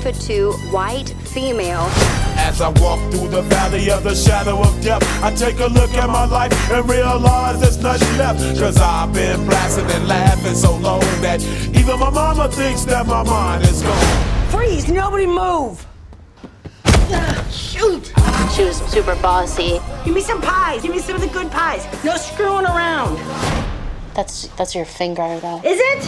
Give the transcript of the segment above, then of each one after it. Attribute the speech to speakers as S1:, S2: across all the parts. S1: foot two, white female.
S2: As I walk through the valley of the shadow of death, I take a look at my life and realize there's nothing left. Cause I've been blasting and laughing so long that even my mama thinks that my mind is gone.
S3: Freeze! Nobody move! Shoot!
S4: She was super bossy.
S3: Give me some pies. Give me some of the good pies. No screwing around.
S4: That's that's your finger though.
S3: Is it?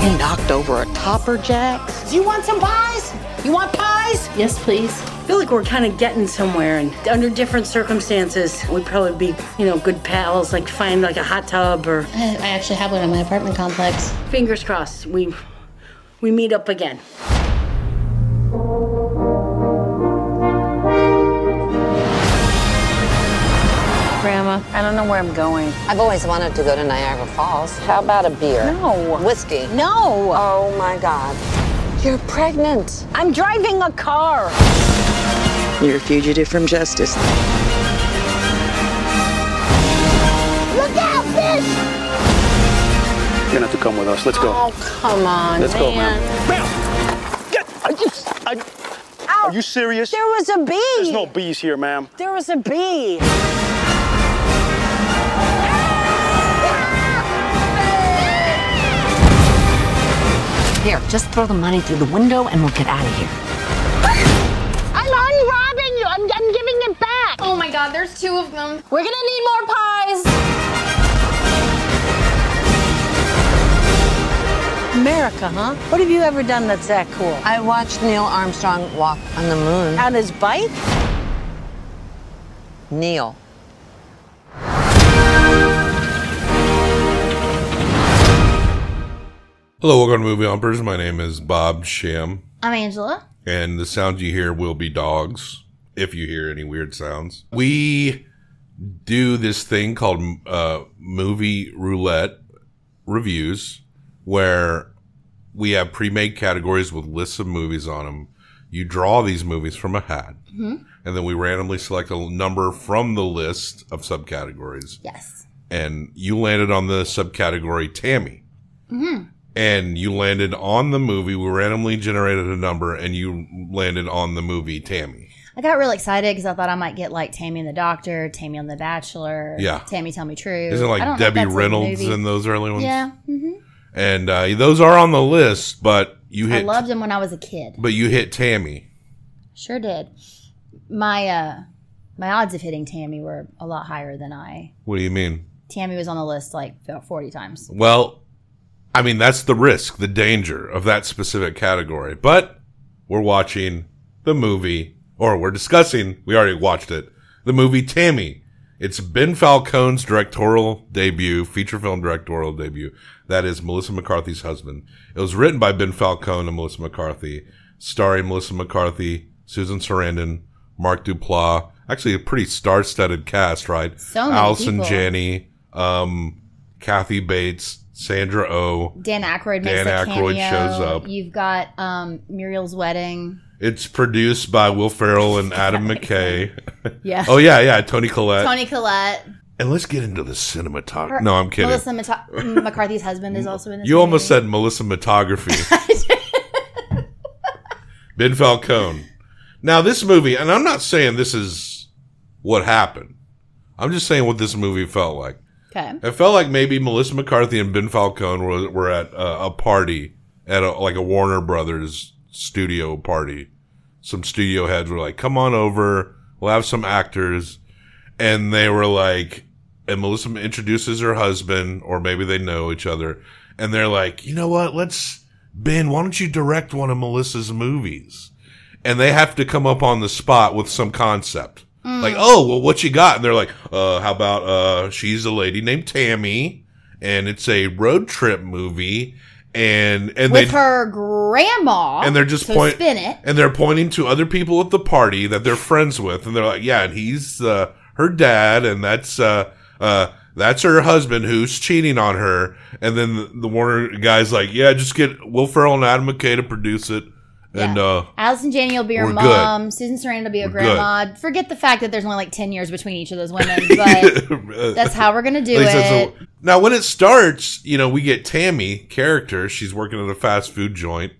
S5: He knocked over a topper jack.
S3: Do you want some pies? You want pies?
S4: Yes, please.
S3: I feel like we're kind of getting somewhere, and under different circumstances, we'd probably be, you know, good pals. Like find like a hot tub or
S4: I, I actually have one in my apartment complex.
S6: Oh
S3: fingers crossed we we meet up again.
S7: Grandma, I don't know where I'm going.
S5: I've always wanted to go to Niagara Falls. How about a beer?
S7: No.
S5: Whiskey.
S7: No.
S5: Oh my God. You're pregnant.
S7: I'm driving a car.
S8: You're a fugitive from justice.
S4: Look out, fish!
S9: You're gonna have to come with us. Let's go.
S4: Oh, come on,
S9: Let's go,
S4: man.
S9: Ma'am! Get, I just, I, are you serious?
S7: There was a bee.
S9: There's no bees here, ma'am.
S7: There was a bee.
S5: Here, just throw the money through the window and we'll get out of here.
S4: I'm unrobbing you. I'm, I'm giving it back.
S6: Oh my god, there's two of them.
S4: We're gonna need more pies.
S3: America, huh? What have you ever done that's that cool?
S5: I watched Neil Armstrong walk on the moon.
S3: On his bike?
S5: Neil.
S10: Hello, welcome to Movie Humpers. My name is Bob Sham,
S6: I'm Angela.
S10: and the sounds you hear will be dogs if you hear any weird sounds. We do this thing called uh, movie roulette reviews where we have pre made categories with lists of movies on them. You draw these movies from a hat, and then we randomly select a number from the list of subcategories
S6: Yes.
S10: and you landed on the subcategory Tammy. And you landed on the movie. We randomly generated a number, and you landed on the movie Tammy.
S6: I got real excited because I thought I might get like Tammy and the Doctor, Tammy on the Bachelor,
S10: Yeah.
S6: Tammy Tell Me True.
S10: Isn't it
S6: I don't
S10: like
S6: know if
S10: Debbie
S6: that's a
S10: Reynolds
S6: movie.
S10: in those early ones?
S6: Yeah, hmm
S10: And uh, those are on the list, but you
S6: I
S10: hit,
S6: loved him when I was a kid.
S10: but you hit Tammy.
S6: Sure did. My uh, my odds of hitting Tammy were a lot higher than I.
S10: What do you mean?
S6: Tammy was on the list like about forty times.
S10: Well, I mean that's the risk, the danger of that specific category. But we're watching the movie, or we're discussing. We already watched it. The movie Tammy. It's Ben Falcone's directorial debut, feature film directorial debut. That is Melissa McCarthy's husband. It was written by Ben Falcone and Melissa McCarthy, starring Melissa McCarthy, Susan Sarandon, Mark Duplass. Actually, a pretty star-studded cast, right?
S6: So many
S10: Allison
S6: people.
S10: Janney, um, Kathy Bates, Sandra Oh.
S6: Dan Aykroyd makes
S10: Dan
S6: a
S10: Aykroyd
S6: cameo.
S10: shows up.
S6: You've got um, Muriel's wedding.
S10: It's produced by Will Ferrell and Adam McKay.
S6: Yeah.
S10: oh yeah, yeah, Tony Collette.
S6: Tony Collette.
S10: and let's get into the cinematography. No, I'm kidding.
S6: Melissa Mata- mm, McCarthy's husband is also in this.
S10: you almost
S6: movie.
S10: said Melissa Matography. ben Falcone. Now this movie, and I'm not saying this is what happened. I'm just saying what this movie felt like.
S6: Okay.
S10: It felt like maybe Melissa McCarthy and Ben Falcone were, were at a, a party at a, like a Warner Brothers studio party. Some studio heads were like, "Come on over, we'll have some actors," and they were like, and Melissa introduces her husband, or maybe they know each other, and they're like, "You know what? Let's Ben, why don't you direct one of Melissa's movies?" and they have to come up on the spot with some concept.
S6: Mm.
S10: Like, oh, well, what you got? And they're like, uh, how about, uh, she's a lady named Tammy and it's a road trip movie. And, and
S6: With
S10: they,
S6: her grandma.
S10: and they're just
S6: to
S10: point-
S6: spin it.
S10: and they're pointing to other people at the party that they're friends with. And they're like, yeah, and he's, uh, her dad and that's, uh, uh, that's her husband who's cheating on her. And then the, the Warner guy's like, yeah, just get Will Ferrell and Adam McKay to produce it. And,
S6: Yeah.
S10: uh,
S6: Allison Janney will be her
S10: We're good.
S6: mom. Susan Sarandon will be her
S10: We're
S6: grandma. Forget the fact that there's only like 10 years between each of those women, but that's how we're going to do
S10: At least that's
S6: it.
S10: the- now, when it starts, you know, we get Tammy character. She's working at a fast food joint.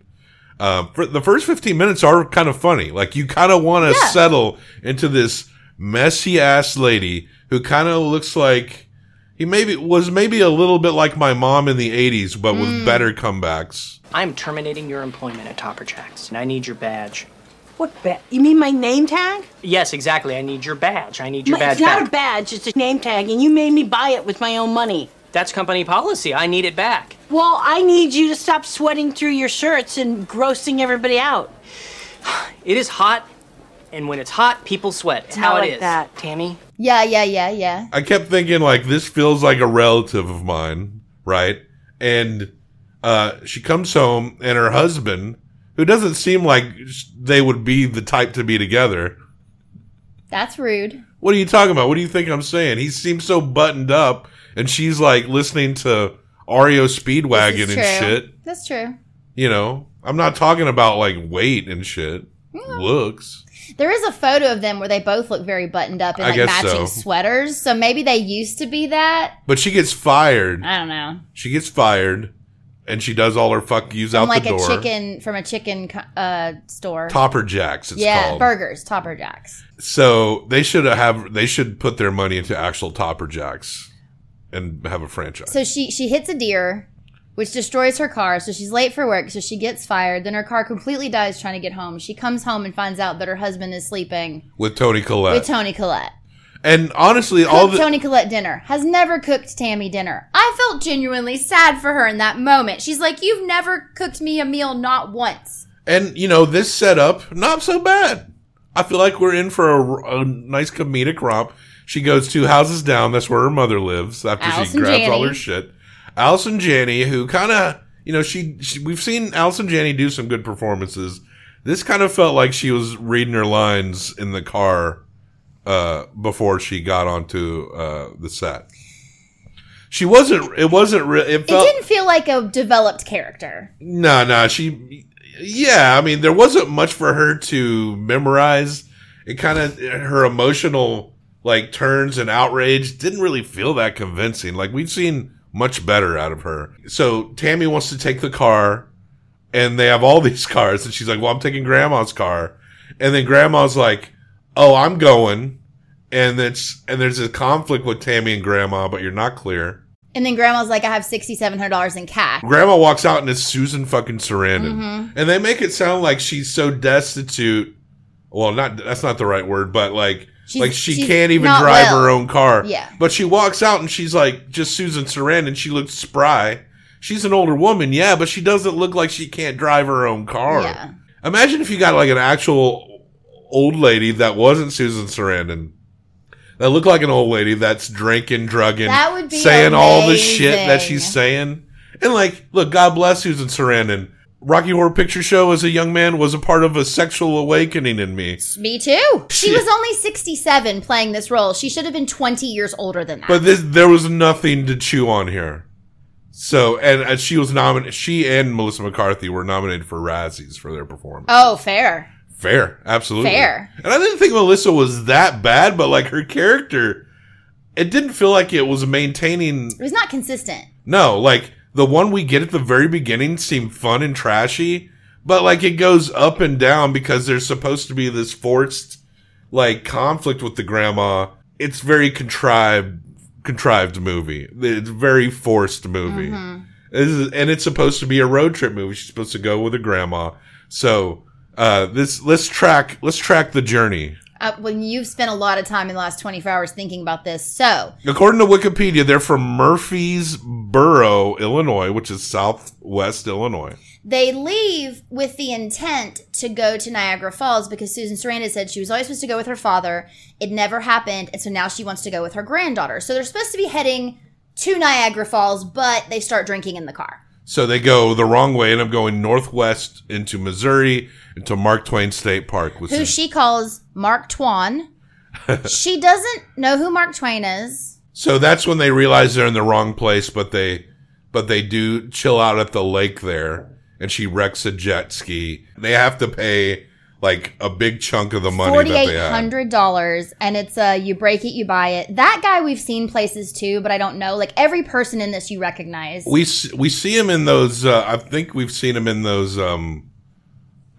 S10: Uh, for the first 15 minutes are kind of funny. Like you kind of want to
S6: Yeah.
S10: settle into this messy ass lady who kind of looks like he maybe was maybe a little bit like my mom in the 80s, but
S6: Mm.
S10: with better comebacks.
S11: I'm terminating your employment at Topper Jacks, and I need your badge.
S3: What badge? You mean my name tag?
S11: Yes, exactly. I need your badge. I need your
S3: My-
S11: badge
S3: it's not
S11: back.
S3: a badge, it's a name tag, and you made me buy it with my own money.
S11: That's company policy. I need it back.
S3: Well, I need you to stop sweating through your shirts and grossing everybody out.
S11: It is hot, and when it's hot, people sweat. It's
S3: Not
S11: how it is.
S3: like that.
S11: Tammy?
S6: Yeah, yeah, yeah, yeah.
S10: I kept thinking like this feels like a relative of mine, right? And uh, she comes home, and her husband, who doesn't seem like they would be the type to be together.
S6: That's rude.
S10: What are you talking about? What do you think I'm saying? He seems so buttoned up, and she's like listening to Ario Speedwagon
S6: It's
S10: and shit.
S6: That's true.
S10: You know, I'm not talking about like weight and shit, looks.
S6: There is a photo of them where they both look very buttoned up in
S10: I
S6: like
S10: guess so.
S6: matching sweaters. So maybe they used to be that.
S10: But she gets fired.
S6: I don't know.
S10: She gets fired, and she does all her fuck yous out
S6: From like
S10: the door.
S6: a chicken from a chicken co- uh, store.
S10: Topper Jacks, it's
S6: yeah,
S10: called.
S6: burgers, Topper Jacks.
S10: So they should have they should put their money into actual Topper Jacks and have a franchise.
S6: So she she hits a deer, which destroys her car. So she's late for work. So she gets fired. Then her car completely dies trying to get home. She comes home and finds out that her husband is sleeping
S10: with Tony Collette.
S6: with Tony Collette.
S10: and honestly, Uh, all
S6: Cooked
S10: the
S6: Tony Collette dinner has never cooked Tammy dinner. I felt genuinely sad for her in that moment. She's like, "You've never cooked me a meal, not once."
S10: and you know this setup not so bad. I feel like we're in for a, a nice comedic romp. She goes two houses down. That's where her mother lives. After she
S6: Allison
S10: grabs all
S6: Janney.
S10: her shit, Allison Janney, who kind of you know she, she we've seen Allison Janney do some good performances. This kind of felt like she was reading her lines in the car uh, before she got onto uh, the set. She wasn't. It wasn't. Re- it
S6: it
S10: felt.
S6: didn't feel like a developed character.
S10: No, no, she. Yeah, I mean, there wasn't much for her to memorize. It kind of her emotional like turns and outrage didn't really feel that convincing. Like we've seen much better out of her. So Tammy wants to take the car, and they have all these cars, and she's like, "Well, I'm taking Grandma's car," and then Grandma's like, "Oh, I'm going," and it's and there's a conflict with Tammy and Grandma, but you're not clear.
S6: And then Grandma's like, "I have sixty seven hundred dollars in cash."
S10: Grandma walks out and it's Susan fucking Sarandon.
S6: Mhm.
S10: And they make it sound like she's so destitute. Well, not that's not the right word, but like
S6: She's-
S10: like she
S6: she's
S10: can't even
S6: not
S10: drive
S6: well.
S10: her own car.
S6: Yeah.
S10: But she walks out and she's like just Susan Sarandon. She looks spry. She's an older woman, yeah, but she doesn't look like she can't drive her own car.
S6: Yeah.
S10: Imagine if you got like an actual old lady that wasn't Susan Sarandon. That looked like an old lady that's drinking, drugging,
S6: That would be
S10: saying all the shit that
S6: amazing.
S10: she's saying. And like, look, God bless Susan Sarandon. Rocky Horror Picture Show as a young man was a part of a sexual awakening in me.
S6: Me too. She
S10: Shit.
S6: was only 67 playing this role. She should have been 20 years older than that.
S10: But this, there was nothing to chew on here. So, and, and she was nominated. She and Melissa McCarthy were nominated for Razzies for their performance.
S6: oh, fair.
S10: Fair, absolutely.
S6: Fair.
S10: And I didn't think Melissa was that bad, but like her character, it didn't feel like it was maintaining.
S6: It was not consistent.
S10: No, like the one we get at the very beginning seemed fun and trashy, but like it goes up and down because there's supposed to be this forced like conflict with the grandma. It's very contrived, contrived movie. It's very forced movie. This is, and it's supposed to be a road trip movie. She's supposed to go with her grandma. So uh, this let's track let's track the journey.
S6: Uh, when you've spent a lot of time in the last 24 hours thinking about this. So,
S10: According to Wikipedia, they're from Murfreesboro, Illinois, which is southwest Illinois.
S6: they leave with the intent to go to Niagara Falls because Susan Sarandon said she was always supposed to go with her father. It never happened. And so now she wants to go with her granddaughter. So they're supposed to be heading to Niagara Falls, but they start drinking in the car.
S10: So they go the wrong way, and I'm going northwest into Missouri into Mark Twain State Park. Which
S6: Who
S10: is-
S6: she calls Mark Twain. she doesn't know who Mark Twain is.
S10: so that's when they realize they're in the wrong place, but they but they do chill out at the lake there, and she wrecks a jet ski. They have to pay like a big chunk of the money that they have.
S6: $4,800 and it's a you break it, you buy it. That guy we've seen places too, but I don't know. Like every person in this you recognize.
S10: We s- we see him in those. Uh, I think we've seen him in those um,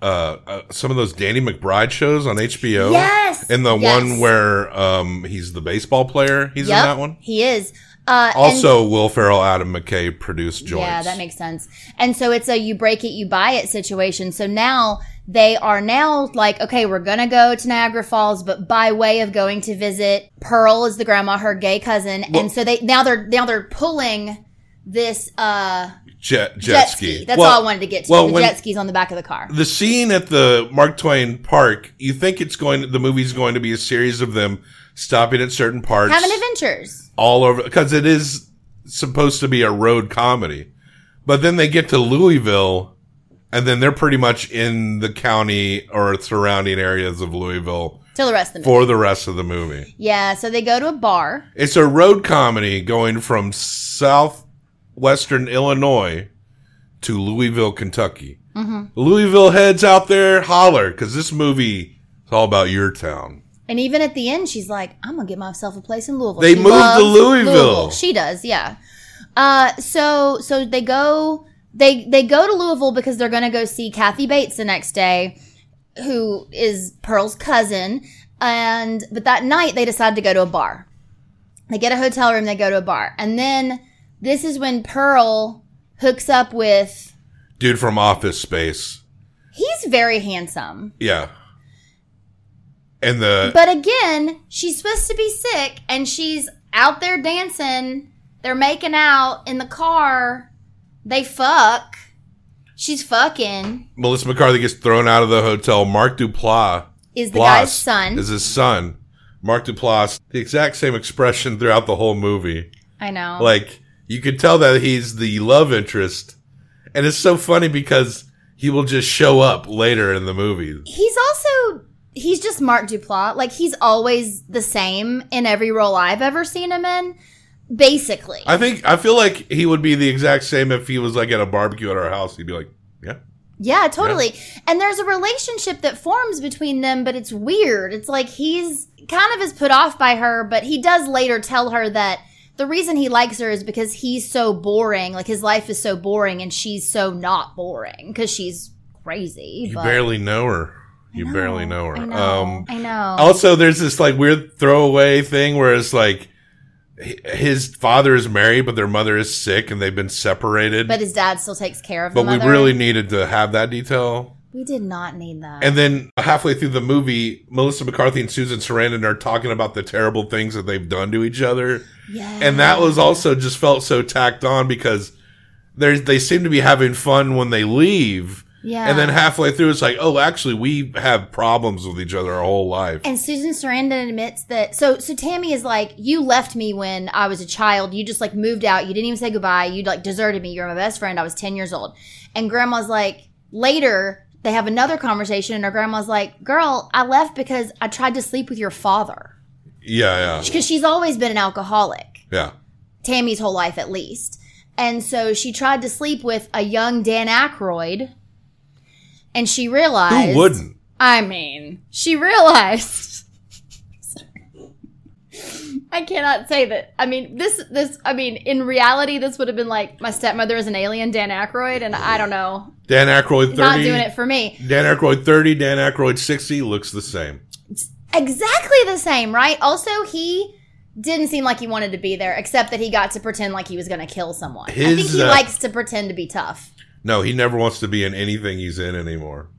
S10: uh, uh, some of those Danny McBride shows on HBO.
S6: Yes!
S10: and the
S6: Yes.
S10: one where um he's the baseball player. He's in
S6: Yep,
S10: that one.
S6: He is. Uh, and-
S10: Also, Will Ferrell, Adam McKay produced Joints.
S6: Yeah, that makes sense. And so it's a you break it, you buy it situation. So now they are now like, okay, we're gonna go to Niagara Falls, but by way of going to visit Pearl is the grandma, her gay cousin,
S10: Well-
S6: and so they now they're now they're pulling this uh
S10: jet, jet,
S6: jet
S10: ski.
S6: ski. That's
S10: Well-
S6: all I wanted to get to.
S10: well,
S6: the
S10: when-
S6: jet skis on the back of the car.
S10: the scene at the Mark Twain Park, you think it's going the movie's going to be a series of them stopping at certain parts
S6: Having adventures.
S10: all over cuz it is supposed to be a road comedy. But then they get to Louisville and then they're pretty much in the county or surrounding areas of Louisville
S6: Till the rest of the
S10: for the rest of the movie.
S6: Yeah, so they go to a bar.
S10: It's a road comedy going from southwestern Illinois to Louisville, Kentucky.
S6: hmm
S10: Louisville heads out there, holler, because this movie is all about your town.
S6: And even at the end, she's like, "I'm gonna get myself a place in Louisville."
S10: They moved to
S6: loves
S10: Louisville.
S6: She does, yeah. Uh, so so they go they they go to Louisville because they're gonna go see Kathy Bates the next day, who is Pearl's cousin. And but that night they decide to go to a bar. They get a hotel room. They go to a bar, and then this is when Pearl hooks up with.
S10: Dude from Office Space.
S6: He's very handsome.
S10: Yeah. And the.
S6: But again, she's supposed to be sick and she's out there dancing. They're making out in the car. They fuck. She's fucking.
S10: Melissa McCarthy gets thrown out of the hotel. Mark Duplass.
S6: Is the guy's
S10: Duplass
S6: son.
S10: Is his son. Mark Duplass. The exact same expression throughout the whole movie.
S6: I know.
S10: Like, you could tell that he's the love interest. And it's so funny because he will just show up later in the movie.
S6: he's also he's just Mark Duplass. Like he's always the same in every role I've ever seen him in. Basically.
S10: I think I feel like he would be the exact same if he was like at a barbecue at our house. He'd be like, "Yeah,
S6: Yeah, totally. And there's a relationship that forms between them, but it's weird. It's like he's kind of is put off by her, but he does later tell her that the reason he likes her is because he's so boring. Like his life is so boring and she's so not boring because she's crazy.
S10: you
S6: but
S10: barely know her. You barely know her."
S6: I know.
S10: Um,
S6: I know.
S10: Also, there's this like weird throwaway thing where it's like h- his father is married, but their mother is sick, and they've been separated.
S6: but his dad still takes care of
S10: But
S6: the
S10: we
S6: mother.
S10: really needed to have that detail.
S6: we did not need that.
S10: And then halfway through the movie, Melissa McCarthy and Susan Sarandon are talking about the terrible things that they've done to each other.
S6: Yeah.
S10: And that was also just felt so tacked on because there's they seem to be having fun when they leave.
S6: Yeah.
S10: And then halfway through it's like, oh, actually we have problems with each other our whole life.
S6: And Susan Sarandon admits that. So, so Tammy is like, "You left me when I was a child. You just like moved out. You didn't even say goodbye. You like deserted me. You're my best friend. I was ten years old." And Grandma's like, later they have another conversation, and her Grandma's like, "Girl, I left because I tried to sleep with your father
S10: yeah, yeah.
S6: because she's always been an alcoholic."
S10: Yeah.
S6: Tammy's whole life at least. And so she tried to sleep with a young Dan Aykroyd, and she realized
S10: Who wouldn't?
S6: I mean, she realized. Sorry. I cannot say that. I mean, this this. I mean, in reality, this would have been like my stepmother is an alien, Dan Aykroyd, and I don't know,
S10: Dan Aykroyd thirty
S6: not doing it for me.
S10: Dan Aykroyd thirty, Dan Aykroyd sixty looks the same.
S6: Exactly the same, right? Also, he didn't seem like he wanted to be there, except that he got to pretend like he was going to kill someone. I think
S10: His,
S6: he
S10: uh,
S6: likes to pretend to be tough.
S10: No, he never wants to be in anything he's in anymore.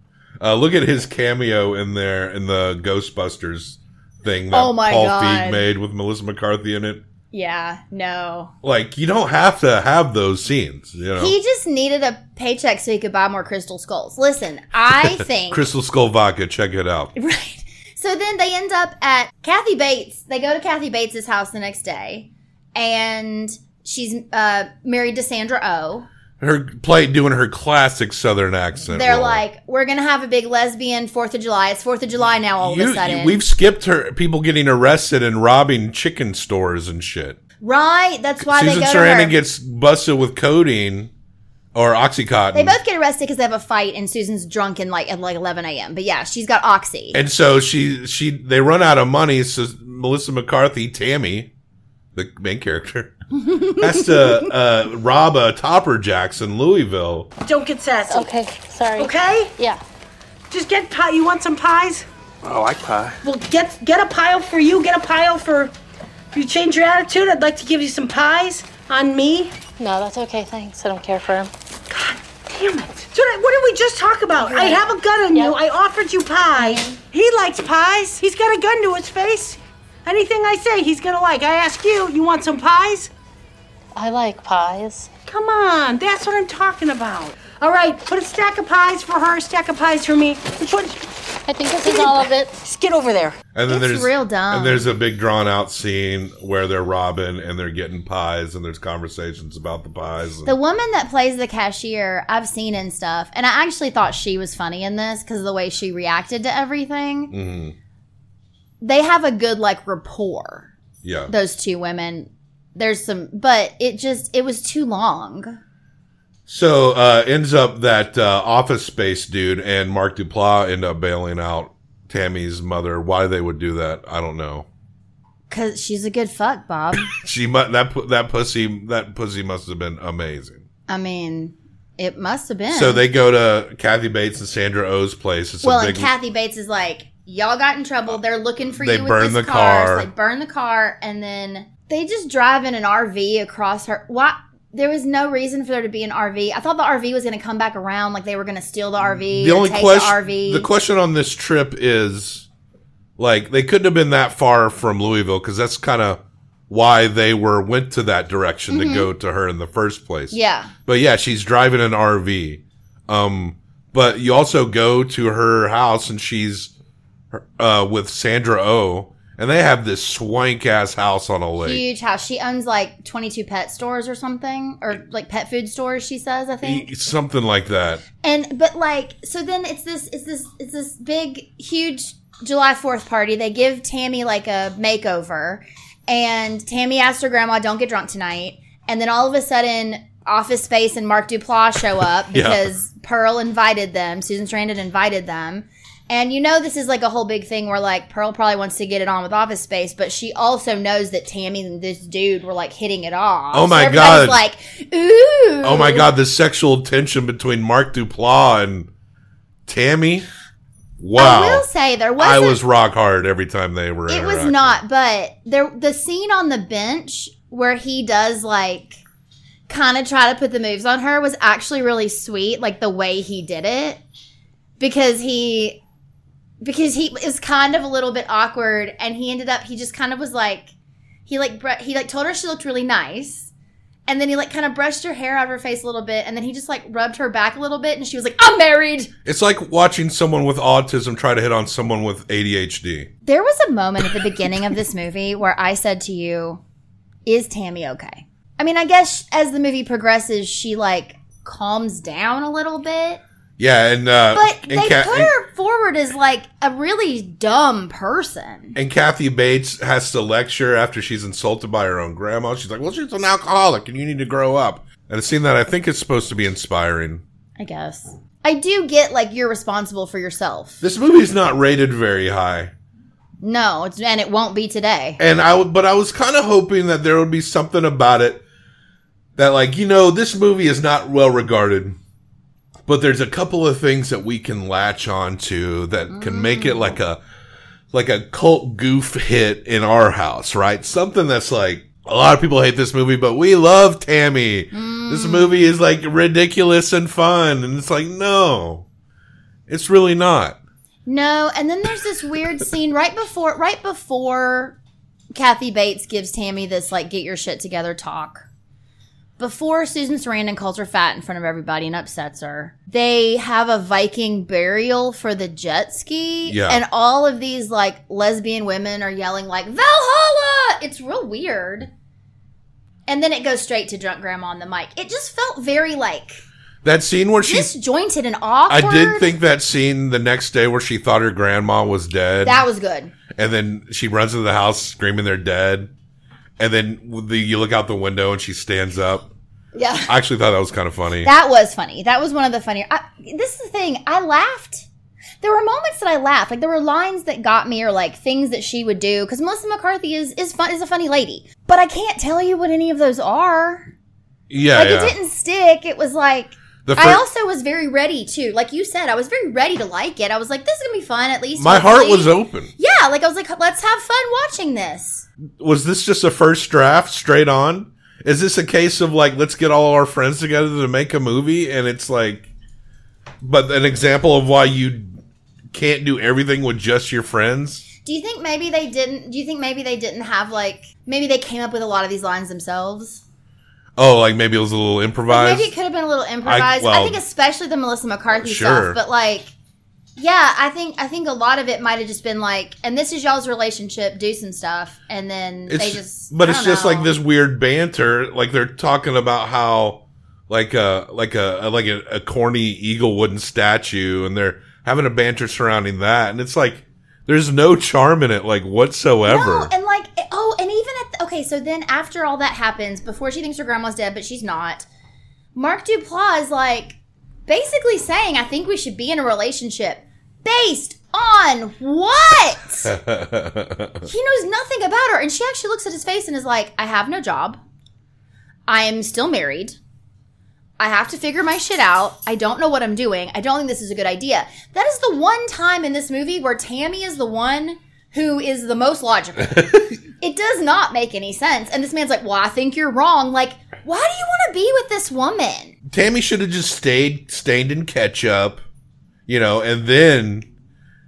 S10: Uh, look at his cameo in there in the Ghostbusters thing that
S6: Oh my
S10: Paul
S6: God.
S10: Feig made with Melissa McCarthy in it.
S6: Yeah, no.
S10: Like you don't have to have those scenes, you know.
S6: He just needed a paycheck so he could buy more crystal skulls. Listen, I think
S10: Crystal Skull Vodka, check it out.
S6: Right. So then they end up at Kathy Bates. They go to Kathy Bates' house the next day, and she's uh, married to Sandra Oh.
S10: Her play doing her classic Southern accent.
S6: They're
S10: role.
S6: like, we're gonna have a big lesbian Fourth of July. It's Fourth of July now. All of a
S10: You-
S6: sudden,
S10: we've skipped her people getting arrested and robbing chicken stores and shit.
S6: right? That's why they
S10: Susan
S6: go
S10: Sarandon
S6: to her.
S10: gets busted with codeine or oxycontin.
S6: they both get arrested because they have a fight, and Susan's drunk and like at like 11 a.m. But yeah, she's got oxy.
S10: And so she she they run out of money, so Melissa McCarthy, Tammy, the main character, has to uh, rob a Topper Jacks in Louisville.
S3: Don't get sassy. Okay, sorry. Okay? Yeah. Just get pie. You want some pies?
S9: Oh, I like pie.
S3: Well, get get a pile for you. Get a pile for. If you change your attitude, I'd like to give you some pies on me.
S12: No, that's okay. Thanks. I don't care for him.
S3: Damn it! Dude, I- what did we just talk about? I have a gun on you. I offered you pie. He likes pies. He's got a gun to his face. Anything I say, he's gonna like. I ask you, you want some pies?
S12: I like pies.
S3: Come on, that's what I'm talking about. All right, put a stack of pies for her, a stack of pies for me. I
S12: think this is all of it.
S3: Just get over there.
S10: And then
S3: It's
S10: there's
S3: real dumb.
S10: And there's a big drawn out scene where they're robbing and they're getting pies and there's conversations about the pies.
S6: The woman that plays the cashier, I've seen in stuff, and I actually thought she was funny in this because of the way she reacted to everything.
S10: Mhm.
S6: They have a good like rapport.
S10: Yeah.
S6: Those two women. There's some, but it just it was too long.
S10: So uh, ends up that uh, office space dude and Mark Duplass end up bailing out Tammy's mother. Why they would do that, I don't know.
S6: Cause she's a good fuck, Bob.
S10: She mu- that pu- that pussy that pussy must have been amazing.
S6: I mean, it must have been.
S10: So they go to Kathy Bates and Sandra O's place. It's
S6: well,
S10: a
S6: and
S10: big
S6: Kathy Bates is like, y'all got in trouble. They're looking for
S10: They
S6: you.
S10: burn
S6: with this
S10: the
S6: car.
S10: car.
S6: It's like burn the car, and then they just drive in an RV across her. Why? There was no reason for there to be an RV. I thought the RV was going to come back around, like they were going to steal the RV.
S10: the
S6: or
S10: only
S6: take
S10: question
S6: the RV.
S10: the question on this trip is like they couldn't have been that far from Louisville because that's kind of why they were went to that direction
S6: Mhm.
S10: to go to her in the first place.
S6: Yeah.
S10: But yeah, she's driving an RV. Um, but you also go to her house and she's uh, with Sandra O, and they have this swank ass house on a lake.
S6: Huge house. She owns like 22 pet stores or something, or like pet food stores. She says, I think.
S10: E- Something like that.
S6: And but like so then it's this it's this it's this big huge July 4th party. They give Tammy like a makeover and Tammy asks her grandma don't get drunk tonight. And then all of a sudden Office Space and Mark Duplass show up
S13: Yeah.
S6: because Pearl invited them, Susan Stranded invited them. And you know this is like a whole big thing where like Pearl probably wants to get it on with Office Space, but she also knows that Tammy and this dude were like hitting it off.
S10: Oh my
S6: everybody's
S10: God.
S6: Like, ooh.
S10: Oh my god, the sexual tension between Mark Duplass and Tammy. Wow.
S6: I will say there was
S10: I
S6: a-
S10: was rock hard every time they were.
S6: It was
S10: interacting.
S6: not, but there the scene on the bench where he does like kind of try to put the moves on her was actually really sweet, like the way he did it because he because he was kind of a little bit awkward and he ended up he just kind of was like he like br- he like told her she looked really nice and then he like kind of brushed her hair out of her face a little bit and then he just like rubbed her back a little bit and she was like i'm married
S10: It's like watching someone with autism try to hit on someone with ADHD.
S6: There was a moment at the beginning of this movie where I said to you, "Is Tammy okay?" I mean, I guess as the movie progresses, she like calms down a little bit,
S10: Yeah, and uh,
S6: but
S10: and,
S6: they
S10: Ca-
S6: put
S10: and-
S6: her forward as like a really dumb person.
S10: and Kathy Bates has to lecture after she's insulted by her own grandma. She's like, "Well, she's an alcoholic, and you need to grow up." And a scene that I think is supposed to be inspiring.
S6: I guess I do get like you're responsible for yourself.
S10: This movie's not rated very high.
S6: No, it's and it won't be today.
S10: And I, w- but I was kind of hoping that there would be something about it that, like, you know, this movie is not well regarded, but there's a couple of things that we can latch on to that can make it like a, like a cult goof hit in our house, right? Something that's like, a lot of people hate this movie, but we love Tammy. This movie is like ridiculous and fun. And it's like, no, it's really not.
S6: No, and then there's this weird scene right before right before Kathy Bates gives Tammy this like get your shit together talk. Before Susan Sarandon calls her fat in front of everybody and upsets her, they have a Viking burial for the jet ski.
S13: Yeah.
S6: And all of these like lesbian women are yelling like Valhalla! It's real weird. And then it goes straight to drunk grandma on the mic. It just felt very like
S10: That scene where she's
S6: disjointed and awkward.
S10: I did think that scene the next day where she thought her grandma was dead.
S6: that was good.
S10: and then she runs into the house screaming they're dead. And then the, you look out the window and she stands up.
S6: Yeah.
S10: I actually thought that was kind of funny.
S6: That was funny. That was one of the funnier. I, this is the thing. I laughed. There were moments that I laughed. Like there were lines that got me, or like things that she would do. Because Melissa McCarthy is is fun is a funny lady, but I can't tell you what any of those are.
S10: yeah,
S6: like
S10: yeah.
S6: it didn't stick. It was like
S10: The
S6: I
S10: fir-
S6: also was very ready to, like you said, I was very ready to like it. I was like, this is gonna be fun. At least
S10: My heart was
S6: hopefully-
S10: open.
S6: Yeah, like I was like, let's have fun watching this.
S10: was this just a first draft straight on? Is this a case of like let's get all our friends together to make a movie and it's like but an example of why you can't do everything with just your friends?
S6: Do you think maybe they didn't? Do you think maybe they didn't have like maybe they came up with a lot of these lines themselves?
S10: Oh, like maybe it was a little improvised.
S6: Maybe it could have been a little improvised. I,
S10: well-
S6: think especially the Melissa McCarthy
S10: Sure.
S6: stuff, but like, yeah, I think I think a lot of it might have just been like, and this is y'all's relationship, do some stuff, and then
S10: it's
S6: they just.
S10: but
S6: I
S10: it's
S6: don't
S10: just
S6: know.
S10: like this weird banter like they're talking about how like a like a like a, a corny eagle wooden statue and they're having a banter surrounding that and it's like there's no charm in it like whatsoever
S6: No, and like, it- oh, and even at the, okay, so then after all that happens, before she thinks her grandma's dead, but she's not, Mark Duplass is like basically saying, I think we should be in a relationship based on what? He knows nothing about her. And she actually looks at his face and is like, I have no job. I am still married. I have to figure my shit out. I don't know what I'm doing. I don't think this is a good idea. That is the one time in this movie where Tammy is the one who is the most logical. it does not make any sense. And this man's like, Well, I think you're wrong. Like, why do you want to be with this woman?
S10: Tammy should have just stayed stained in ketchup, you know, and then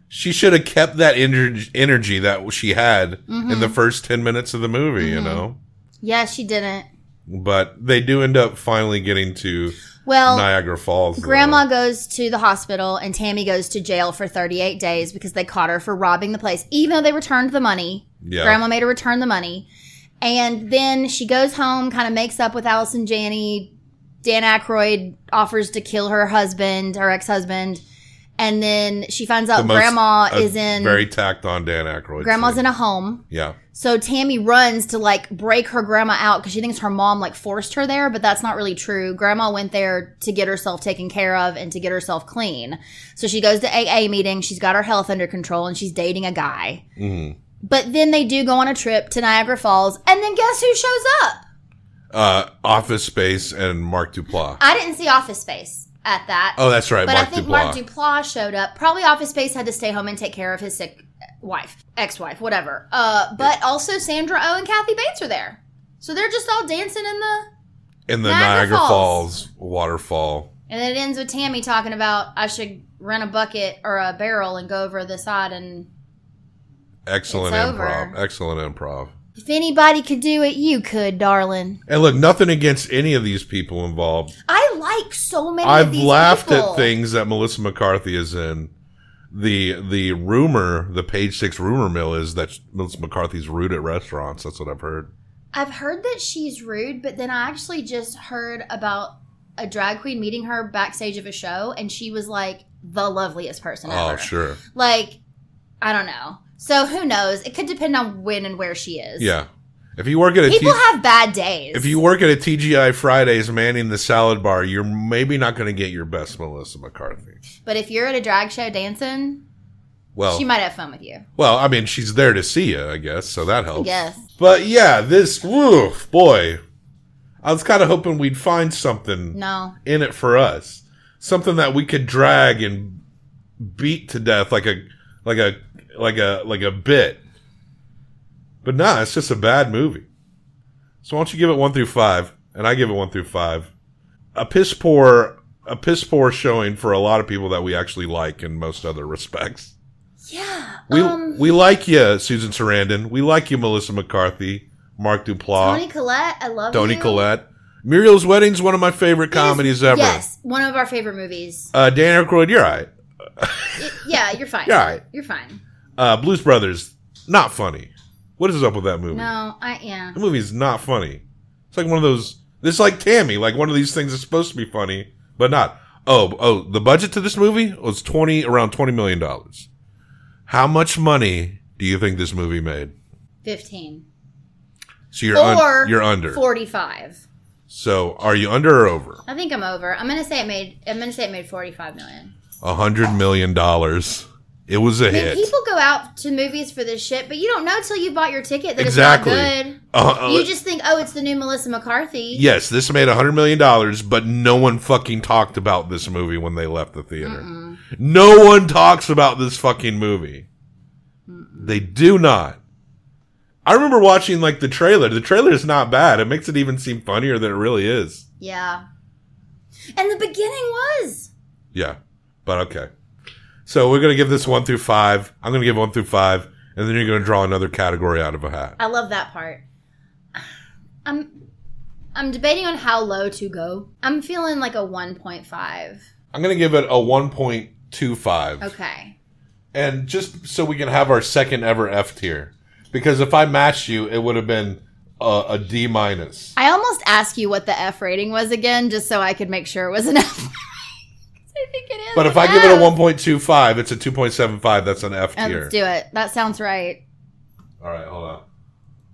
S10: she should have kept that ener- energy that she had
S6: Mhm.
S10: in the first 10 minutes of the movie,
S6: Mm-hmm.
S10: you know.
S6: Yeah, she didn't.
S10: But they do end up finally getting to
S6: Well,
S10: Niagara Falls. though.
S6: Grandma goes to the hospital and Tammy goes to jail for 38 days because they caught her for robbing the place, even though they returned the money.
S10: Yeah.
S6: Grandma made her return the money. And then she goes home, kind of makes up with Allison Janney. Dan Aykroyd offers to kill her husband, her ex husband. And then she finds
S10: The
S6: out
S10: most-
S6: Grandma
S10: a
S6: is in.
S10: very tacked on Dan Aykroyd.
S6: Grandma's
S10: scene.
S6: in a home.
S10: yeah.
S6: So Tammy runs to like break her grandma out because she thinks her mom like forced her there, but that's not really true. Grandma went there to get herself taken care of and to get herself clean. So she goes to AA meeting. She's got her health under control and she's dating a guy.
S10: Mm.
S6: But then they do go on a trip to Niagara Falls, and then guess who shows up?
S10: Uh, Office Space and Mark Duplass.
S6: I didn't see Office Space at that.
S10: Oh, that's right,
S6: Uh, But
S10: Mark
S6: I think
S10: Duplass.
S6: Mark Duplass showed up. Probably Office Space had to stay home and take care of his sick wife, ex-wife, whatever. Uh, but also Sandra Oh and Kathy Bates are there, so they're just all dancing in the.
S10: in the
S6: Niagara
S10: Niagara,
S6: Falls.
S10: Falls. waterfall.
S6: And then it ends with Tammy talking about I should rent a bucket or a barrel and go over the side. And
S10: Excellent
S6: It's over.
S10: improv. Excellent improv.
S6: if anybody could do it, you could, darling.
S10: And look, nothing against any of these people involved.
S6: I like so many. of
S10: I've
S6: these
S10: laughed
S6: people.
S10: at things that Melissa McCarthy is in. The the rumor, the page six rumor mill is that Melissa McCarthy's rude at restaurants. That's what I've heard.
S6: I've heard that she's rude, but then I actually just heard about a drag queen meeting her backstage of a show, and she was like the loveliest person ever.
S10: Oh, sure.
S6: Like, I don't know. So who knows? It could depend on when and where she is.
S10: Yeah. If you work at a T-
S6: People have bad days.
S10: if you work at a TGI Fridays manning the salad bar, you're maybe not going to get your best Melissa McCarthy.
S6: But if you're at a drag show dancing,
S10: Well,
S6: she might have fun with you.
S10: well, I mean, she's there to see you, I guess, so that helps.
S6: Yes.
S10: But yeah, this woof boy, I was kind of hoping we'd find something
S6: No.
S10: in it for us. Something that we could drag and beat to death like a like a like a like a bit. But nah, it's just a bad movie. So why don't you give it one through five, and I give it one through five. A piss poor a piss poor showing for a lot of people that we actually like in most other respects.
S6: Yeah.
S10: We
S6: um,
S10: we like you, Susan Sarandon. We like you, Melissa McCarthy, Mark Duplass.
S6: Tony Collette, I love
S10: Tony
S6: you.
S10: Uh, Collette. Muriel's Wedding's one of my favorite comedies ever.
S6: Yes, one of our favorite movies.
S10: Uh, Dan Aykroyd, you're all right.
S6: Y- yeah, you're fine.
S10: You're all right.
S6: You're fine.
S10: Uh, Blues Brothers, not funny. What is up with that movie?
S6: No, I yeah.
S10: The movie's not funny. It's like one of those. It's like Tammy, like one of these things that's supposed to be funny, but not. Oh, oh, the budget to this movie was twenty around twenty million dollars. How much money do you think this movie made?
S6: Fifteen.
S10: So you're un-
S6: or
S10: you're under.
S6: forty-five.
S10: So are you under or over?
S6: I think I'm over. I'm gonna say it made. I'm gonna say it made forty-five million.
S10: A hundred million dollars. It was a
S6: I mean,
S10: hit.
S6: people go out to movies for this shit, but you don't know till you bought your ticket that
S10: Exactly.
S6: it's not good.
S10: Uh, uh,
S6: you just think, oh, it's the new Melissa McCarthy.
S10: Yes, this made a hundred million dollars, but no one fucking talked about this movie when they left the theater. No one talks about this fucking movie. They do not. I remember watching like the trailer. The trailer is not bad. It makes it even seem funnier than it really is.
S6: Yeah. And the beginning was.
S10: Yeah, but okay. So we're gonna give this one through five. I'm gonna give one through five, and then you're gonna draw another category out of a hat.
S6: I love that part. I'm I'm debating on how low to go. I'm feeling like a 1.5.
S10: I'm gonna give it a 1.25.
S6: Okay.
S10: And just so we can have our second ever F tier, because if I matched you, it would have been a, a D minus.
S6: I almost asked you what the F rating was again, just so I could make sure it was an F.
S10: But if I give it a 1.25, it's a 2.75. That's an F
S6: And
S10: tier.
S6: Um, Let's do it. That sounds right.
S10: All right, hold on.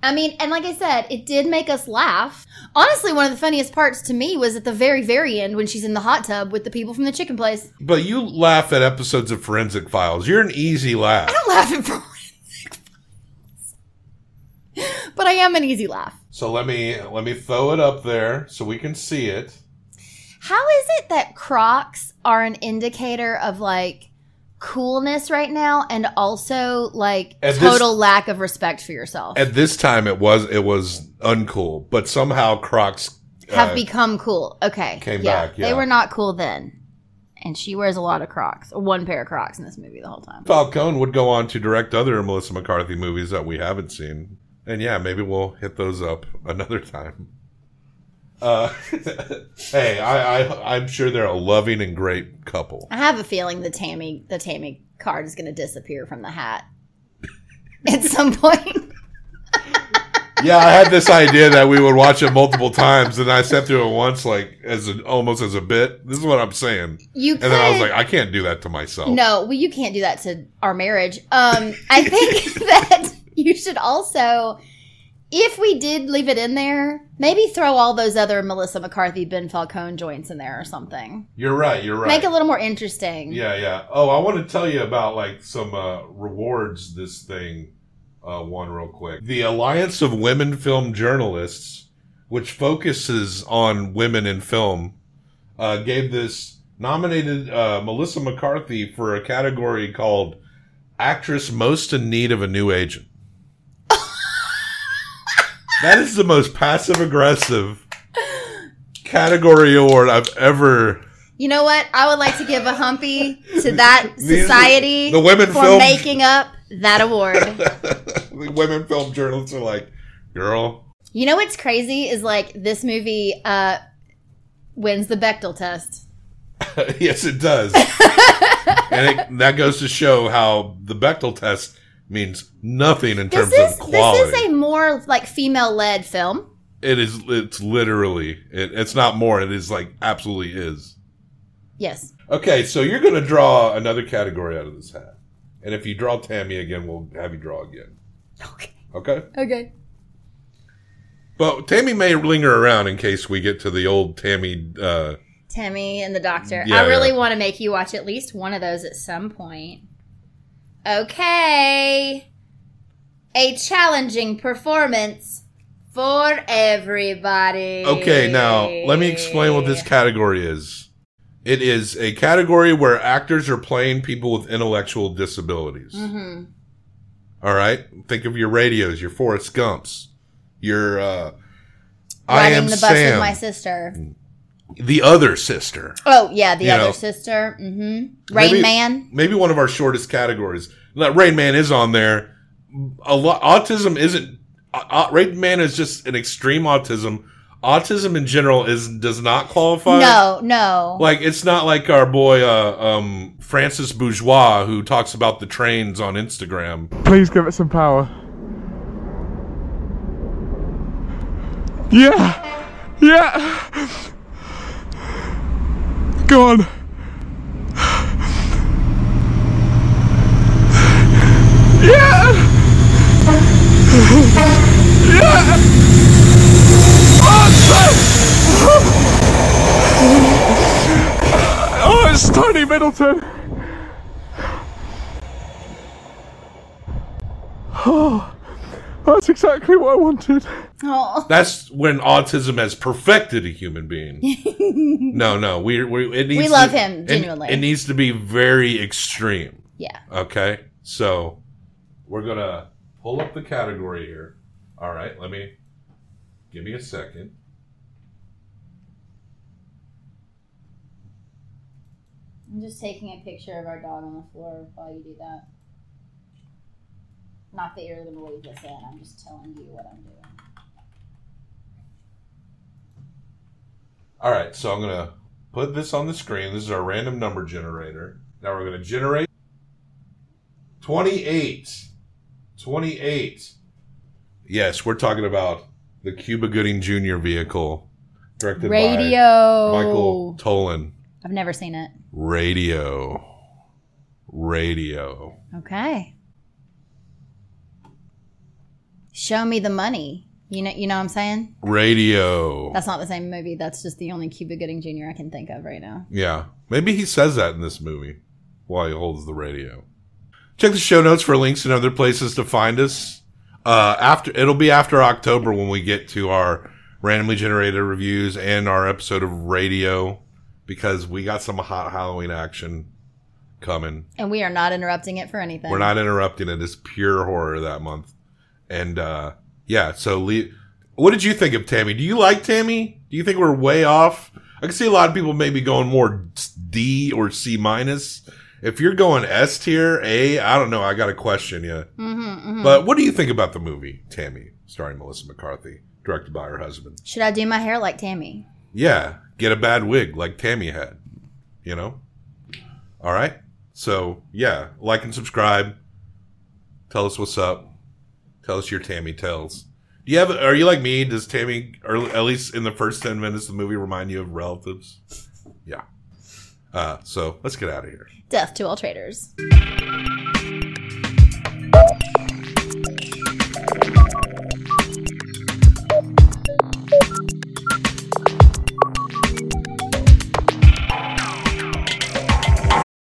S6: I mean, and like I said, it did make us laugh. Honestly, one of the funniest parts to me was at the very, very end when she's in the hot tub with the people from the chicken place.
S10: But you laugh at episodes of Forensic Files. You're an easy laugh.
S6: I don't laugh at forensic files, but I am an easy laugh.
S10: So let me let me throw it up there so we can see it.
S6: How is it that Crocs are an indicator of like coolness right now and also like
S10: At this-
S6: total lack of respect for yourself?
S10: At this time, it was it was uncool, but somehow Crocs uh,
S6: Have become cool. Okay.
S10: came back, yeah.
S6: They were not cool then. And she wears a lot of Crocs, or one pair of Crocs in this movie the whole time.
S10: Falcone would go on to direct other Melissa McCarthy movies that we haven't seen. And yeah, maybe we'll hit those up another time. Uh, hey, I, I I'm sure they're a loving and great couple.
S6: I have a feeling the Tammy the Tammy card is going to disappear from the hat at some point.
S10: Yeah, I had this idea that we would watch it multiple times, and I sat through it once, like as an, almost as a bit. This is what I'm saying.
S6: You
S10: and then I was
S6: could-
S10: like, I can't do that to myself.
S6: No, well, you can't do that to our marriage. Um, I think that you should also, if we did leave it in there, maybe throw all those other Melissa McCarthy, Ben Falcone joints in there or something.
S10: You're right. You're right.
S6: Make it a little more interesting.
S10: Yeah, yeah. Oh, I want to tell you about like some uh, rewards. This thing, uh, one real quick. The Alliance of Women Film Journalists, which focuses on women in film, uh, gave this nominated uh, Melissa McCarthy for a category called "Actress Most in Need of a New Agent." that is the most passive aggressive category award I've ever
S6: You know what? I would like to give a humpy to that
S10: These are
S6: society
S10: the women
S6: for
S10: film-
S6: making up that award.
S10: the women film journalists are like, girl,
S6: you know what's crazy is like this movie uh, wins the Bechtel test.
S10: yes, it does. and it, that goes to show how the Bechtel test means nothing in terms
S6: This is
S10: of
S6: this
S10: quality.
S6: is a more like female led film.
S10: it is. It's literally. It, it's not more. It is like absolutely is.
S6: Yes.
S10: Okay, so you're going to draw another category out of this hat, and if you draw Tammy again, we'll have you draw again. Okay. Okay.
S6: Okay.
S10: But Tammy may linger around in case we get to the old Tammy. Uh,
S6: Tammy and the Doctor.
S10: Yeah,
S6: I really
S10: yeah.
S6: want to make you watch at least one of those at some point. Okay. A challenging performance for everybody.
S10: Okay, now let me explain what this category is. It is a category where actors are playing people with intellectual disabilities.
S6: Mm-hmm.
S10: All right, think of your radios, your Forrest Gumps, your uh, I
S6: Riding
S10: am
S6: the bus
S10: Sam,
S6: with my sister.
S10: the other sister,
S6: Oh yeah, the
S10: You
S6: other
S10: know.
S6: sister. Mm-hmm. Rain
S10: Maybe-
S6: Man.
S10: Maybe one of our shortest categories. Now, Rain Man is on there. A lot autism isn't. Uh, Rain Man is just an extreme autism. Autism in general is does not qualify.
S6: No, no.
S10: Like it's not like our boy uh, um, Francis Bourgeois who talks about the trains on Instagram.
S13: Please give it some power. Yeah! Yeah! Go on! Yeah! Yeah! Oh, no! Oh, it's Tony Middleton! Oh, that's exactly what I wanted.
S6: Oh.
S10: That's when autism has perfected a human being. No, no, we we it
S6: We
S10: needs
S6: love
S10: to-
S6: him,
S10: it-
S6: genuinely.
S10: It, needs to be very extreme.
S6: Yeah.
S10: Okay, so we're gonna pull up the category here. All right, let me give me a second.
S6: I'm just taking a picture of our dog on the floor while you do that. Not that you're gonna believe this in. I'm just telling you what I'm doing.
S10: All right, so I'm gonna put this on the screen. This is our random number generator. Now we're gonna generate 28. 28. Yes, we're talking about the Cuba Gooding Jr. vehicle, directed
S6: Radio.
S10: by Michael Tolan.
S6: I've never seen it.
S10: Radio. Radio.
S6: Okay. Show me the money. You know, you know what I'm saying?
S10: Radio.
S6: That's not the same movie. That's just the only Cuba Gooding Jr. I can think of right now.
S10: Yeah. Maybe he says that in this movie while he holds the radio. Check the show notes for links and other places to find us. Uh, after it'll be after October when we get to our randomly generated reviews and our episode of radio because we got some hot Halloween action coming.
S6: And we are not interrupting it for anything.
S10: We're not interrupting it. It's pure horror that month. And uh yeah, so Lee what did you think of Tammy? Do you like Tammy? Do you think we're way off? I can see a lot of people maybe going more D or C minus. If you're going S tier, A, I don't know. I got a question you.
S6: Mm-hmm, mhm.
S10: But what do you think about the movie Tammy, starring Melissa McCarthy, directed by her husband?
S6: Should I do my hair like Tammy?
S10: Yeah, get a bad wig like Tammy had. You know? All right. So, yeah, like and subscribe. Tell us what's up. Tell us your Tammy tells. Do you have, are you like me? Does Tammy, or at least in the first 10 minutes of the movie, remind you of relatives? Yeah. Uh, so let's get out of here.
S6: Death to all traitors.